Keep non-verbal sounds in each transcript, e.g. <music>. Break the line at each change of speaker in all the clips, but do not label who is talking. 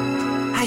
Hai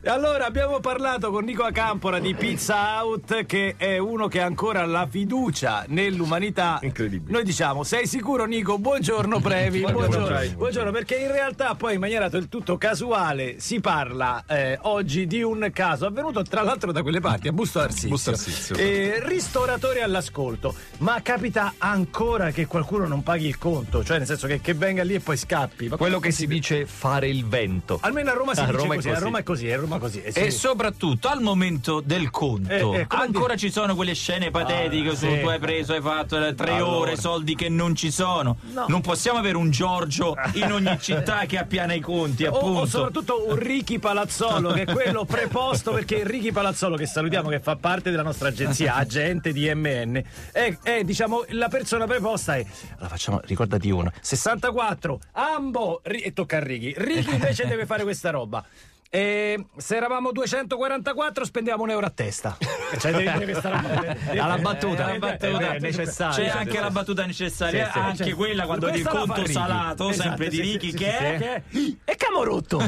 E Allora, abbiamo parlato con Nico Acampora di Pizza Out, che è uno che ha ancora la fiducia nell'umanità.
Incredibile.
Noi diciamo, sei sicuro Nico? Buongiorno Previ,
Buongiorno,
buongiorno.
Previ.
Buongiorno, perché in realtà poi in maniera del tutto casuale si parla eh, oggi di un caso avvenuto tra l'altro da quelle parti, a Busto Arsizio.
Busto Arsizio.
Eh, ristoratori all'ascolto, ma capita ancora che qualcuno non paghi il conto, cioè nel senso che, che venga lì e poi scappi. Ma
Quello
com'è
che si
possibile?
dice fare il vento.
Almeno a Roma si
A
dice
Roma è
così, a
così.
Roma è così, a Roma è così. eh sì.
E soprattutto al momento del conto,
Eh, eh, come
ancora
dire?
ci sono quelle scene patetiche
Ah,
su
sì.
tu hai preso, hai fatto eh, tre
Allora.
ore, soldi che non ci sono.
No.
Non possiamo avere un Giorgio in ogni città che appiana i
<laughs>
conti,
O- O,
appunto.
soprattutto un Ricky Palazzolo, che è quello preposto perché Ricky Palazzolo, che salutiamo, che fa parte della nostra agenzia, agente di MN, è, è, diciamo la persona preposta. È, allora facciamo, ricordati uno: 64, ambo, Ri- e tocca a Ricky. Ricky invece deve fare questa roba. E se eravamo 244 spendiamo un euro a testa. Cioè devi dire questa
<laughs>
roba.
Alla battuta.
Eh,
La
eh,
battuta.
eh,
C'è
necessaria.
anche la battuta necessaria,
Sì, sì.
anche
Cioè,
quella quando il
questa la fa
conto
Ricky.
salato,
Esatto,
sempre
sì,
di
sì,
Ricky,
sì,
che
sì,
è.
sì, che è- è Camorotto.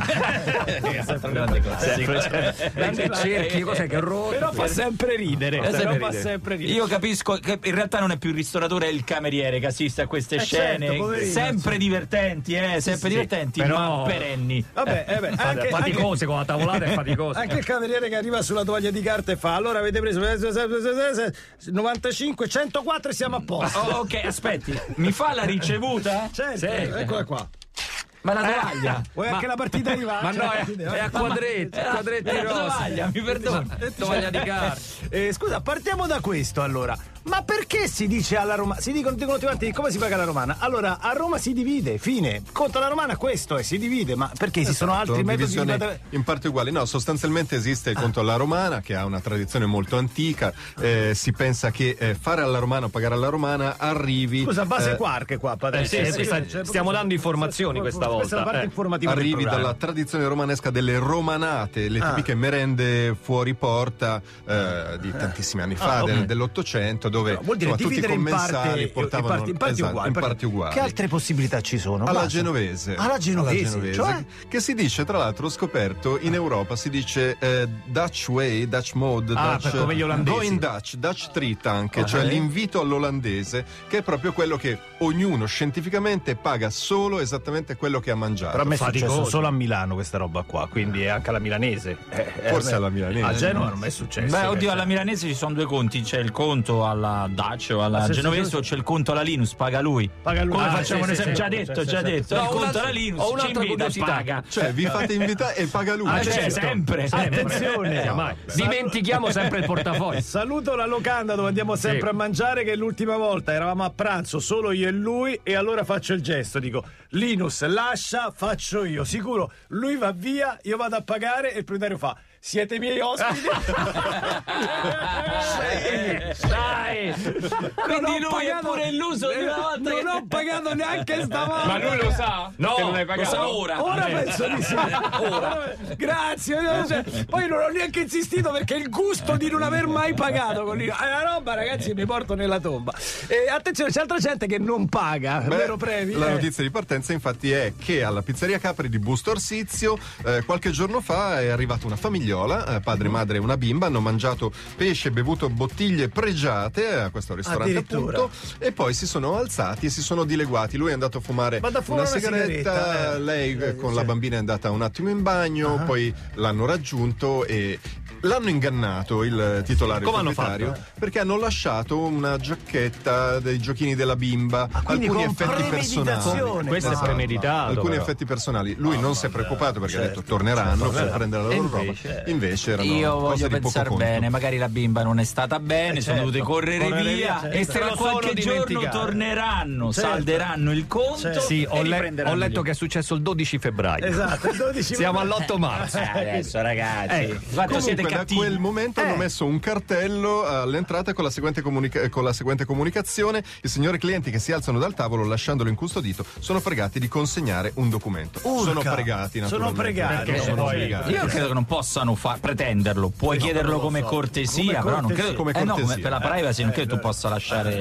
Sempre, cioè,
Grande
e cerchi,
eh,
cos'è che rotto?
Però fa sempre ridere.
fa sempre
però fa
ridere.
sempre ridere.
Io capisco che in realtà non è più il ristoratore, è il cameriere che assiste a queste
certo,
scene
poverino,
sempre divertenti, eh, sempre divertenti,
però-
ma perenni.
Vabbè, eh beh, anche, anche-
faticose con la tavolata è faticoso.
anche il cameriere che arriva sulla tovaglia di carta e fa allora avete preso 95 104 e siamo a posto.
Oh, ok, aspetti, mi fa la ricevuta?
<laughs> Certo, eccola qua. Eh,
Ma la
Tovaglia.
Vuoi anche la partita arriva?
Ma
Cioè,
no,
<laughs> la partita-
è, è a quadretti, a quadretti
Eh, la
rosa.
tovaglia, mi perdoni.
Tovaglia di carta.
Eh, scusa, partiamo da questo allora. Ma perché si dice alla romana? Si dicono, dicono tutti quanti come si paga la romana? Allora, a Roma si divide, fine. Conta la romana questo e si divide, ma perché ci sono
Esatto,
altri
Sono
metodi
divisioni
di-
in parte uguali no sostanzialmente esiste il conto alla romana che ha una tradizione molto antica eh, si pensa che eh, fare alla romana o pagare alla romana arrivi
Scusa, base
eh,
quark qua, padre.
Eh, sì, sì, sta- stiamo dando informazioni questa
Questa è la
volta,
parte
eh.
informativa del
Arrivi
programma. Ah.
dalla tradizione romanesca delle romanate, le tipiche merende fuori porta eh, di tantissimi anni fa,
Ah, ok.
del- dell'Ottocento, dove
Vuol dire
insomma, tutti i
dividere in parte,
commensali
in
portavano
parti, in parti
esatto,
uguali,
in parti uguali.
Che altre possibilità ci sono?
alla
Basta.
genovese.
Alla genovese, cioè?
Che si dice, tra l'altro, ho scoperto in Europa si dice eh, Dutch way, Dutch mode,
Ah,
Dutch,
per come gli olandesi.
Go in Dutch, Dutch treat anche, cioè l'invito all'olandese, che è proprio quello che ognuno scientificamente paga solo esattamente quello che ha mangiato.
Però a me è
Faticoso.
successo solo a Milano questa roba qua, quindi è anche alla milanese. Eh, eh,
Forse
a me-
alla milanese.
A Genova non mi è successo.
Beh, oddio, alla milanese ci sono due conti: c'è il conto alla Dacia o alla
Ah, sì, sì,
Genovese,
sì.
o c'è il conto alla Linus, paga lui.
Paga lui.
Come
Ah,
facciamo
sì,
un
sì, sì,
esempio? già
sì,
detto,
sì,
già
sì.
detto. il
No, ho
conto
un'altra-
alla Linus,
ho
ci
un'altra
invita,
curiosità.
paga.
Cioè, vi
<laughs>
fate invitare e paga lui.
Ah,
Cioè,
certo.
cioè, sempre.
Attenzione.
certo. Eh, mai. Dimentichiamo sempre <laughs> il portafoglio.
Saluto la locanda dove andiamo sempre a mangiare che l'ultima volta eravamo a pranzo solo io e lui e allora faccio il gesto, dico Linus lascia, faccio io, sicuro lui va via, io vado a pagare e il proprietario fa siete miei ospiti.
Dai!
Quindi lui è pure illuso di una volta che-
Non ho pagato neanche stavolta.
Ma lui lo sa?
No,
che non hai
Lo
pagato?
sa ora. Cioè,
Ora penso di
<laughs>
sì. Ora. Grazie. no, cioè, poi non ho neanche insistito perché il gusto di non aver mai pagato con l'IVA. È una roba, ragazzi, mi porto nella tomba. E attenzione, c'è altra gente che non paga,
Beh,
vero Previ?
La
Eh.
notizia di partenza infatti è che alla pizzeria Capri di Busto Arsizio eh, qualche giorno fa è arrivata una famigliola, eh,
Mm.
padre, madre e una bimba, hanno mangiato pesce, bevuto bottiglie pregiate eh, a questo ristorante
Addirittura.
appunto e poi si sono alzati e si sono dileguati. Lui è andato a fumare
Vado a fumare una sigaretta, eh.
lei eh,
Eh,
con
sì. Ah.
la bambina è andata un attimo in bagno, poi l'hanno raggiunto e l'hanno ingannato il titolare
Come
il
hanno
proprietario perché hanno lasciato una giacchetta dei giochini della bimba
Ah, quindi
alcuni
con
effetti
premeditazione.
personali.
Questo è
Esatto.
premeditato,
Alcuni
però.
effetti personali. Lui non si è preoccupato perché ha detto torneranno per prendere la loro roba. Invece erano
Io
cose
voglio
di poco
pensare
conto.
bene, magari la bimba non è stata bene, sono
certo.
dovute correre
Correre via,
via,
certo.
e
Se
tra
lo sono
qualche giorno
dimenticate.
torneranno,
Certo.
salderanno il conto.
Certo.
Sì,
e
ho, le-
riprenderanno
ho letto
gli-
che è successo il 12 febbraio.
Esatto, il 12
Siamo all'8 marzo.
Ah, Eh, adesso ragazzi,
Eh,
quanto siete
da
cattivi.
quel momento hanno
Eh.
messo un cartello all'entrata con la, seguente comunica- con la seguente comunicazione: i signori clienti che si alzano dal tavolo lasciandolo incustodito sono pregati di consegnare un documento. Sono
Urca.
pregati, naturalmente.
Sono pregati,
Perché
eh,
sono
poi-
pregati.
Io credo che non possano fa- pretenderlo, puoi chiederlo come cortesia,
Come
però non credo
cortesia,
eh no,
come
come per la
cortesia.
privacy non credo tu possa lasciare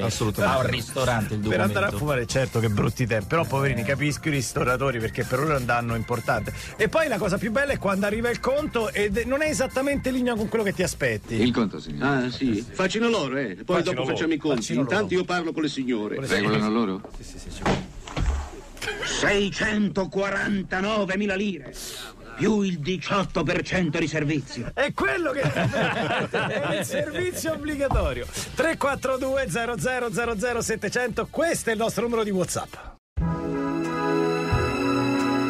a
assolutamente
un
no.
ristorante il
Per andare a
documento.
fumare, certo che brutti tempi, però poverini, capisco i ristoratori perché per loro è un danno importante. E poi la cosa più bella è quando arriva il conto e non è esattamente in linea con quello che ti aspetti.
Il conto, signore.
Ah sì, facciano loro, eh. Poi
Faccino
dopo
loro,
facciamo i conti.
faccino loro.
Intanto io parlo con le signore.
Regolano loro?
649.000 lire, più il 18% di servizio.
È quello che <laughs> è il servizio obbligatorio. 342 00 700 questo è il nostro numero di WhatsApp.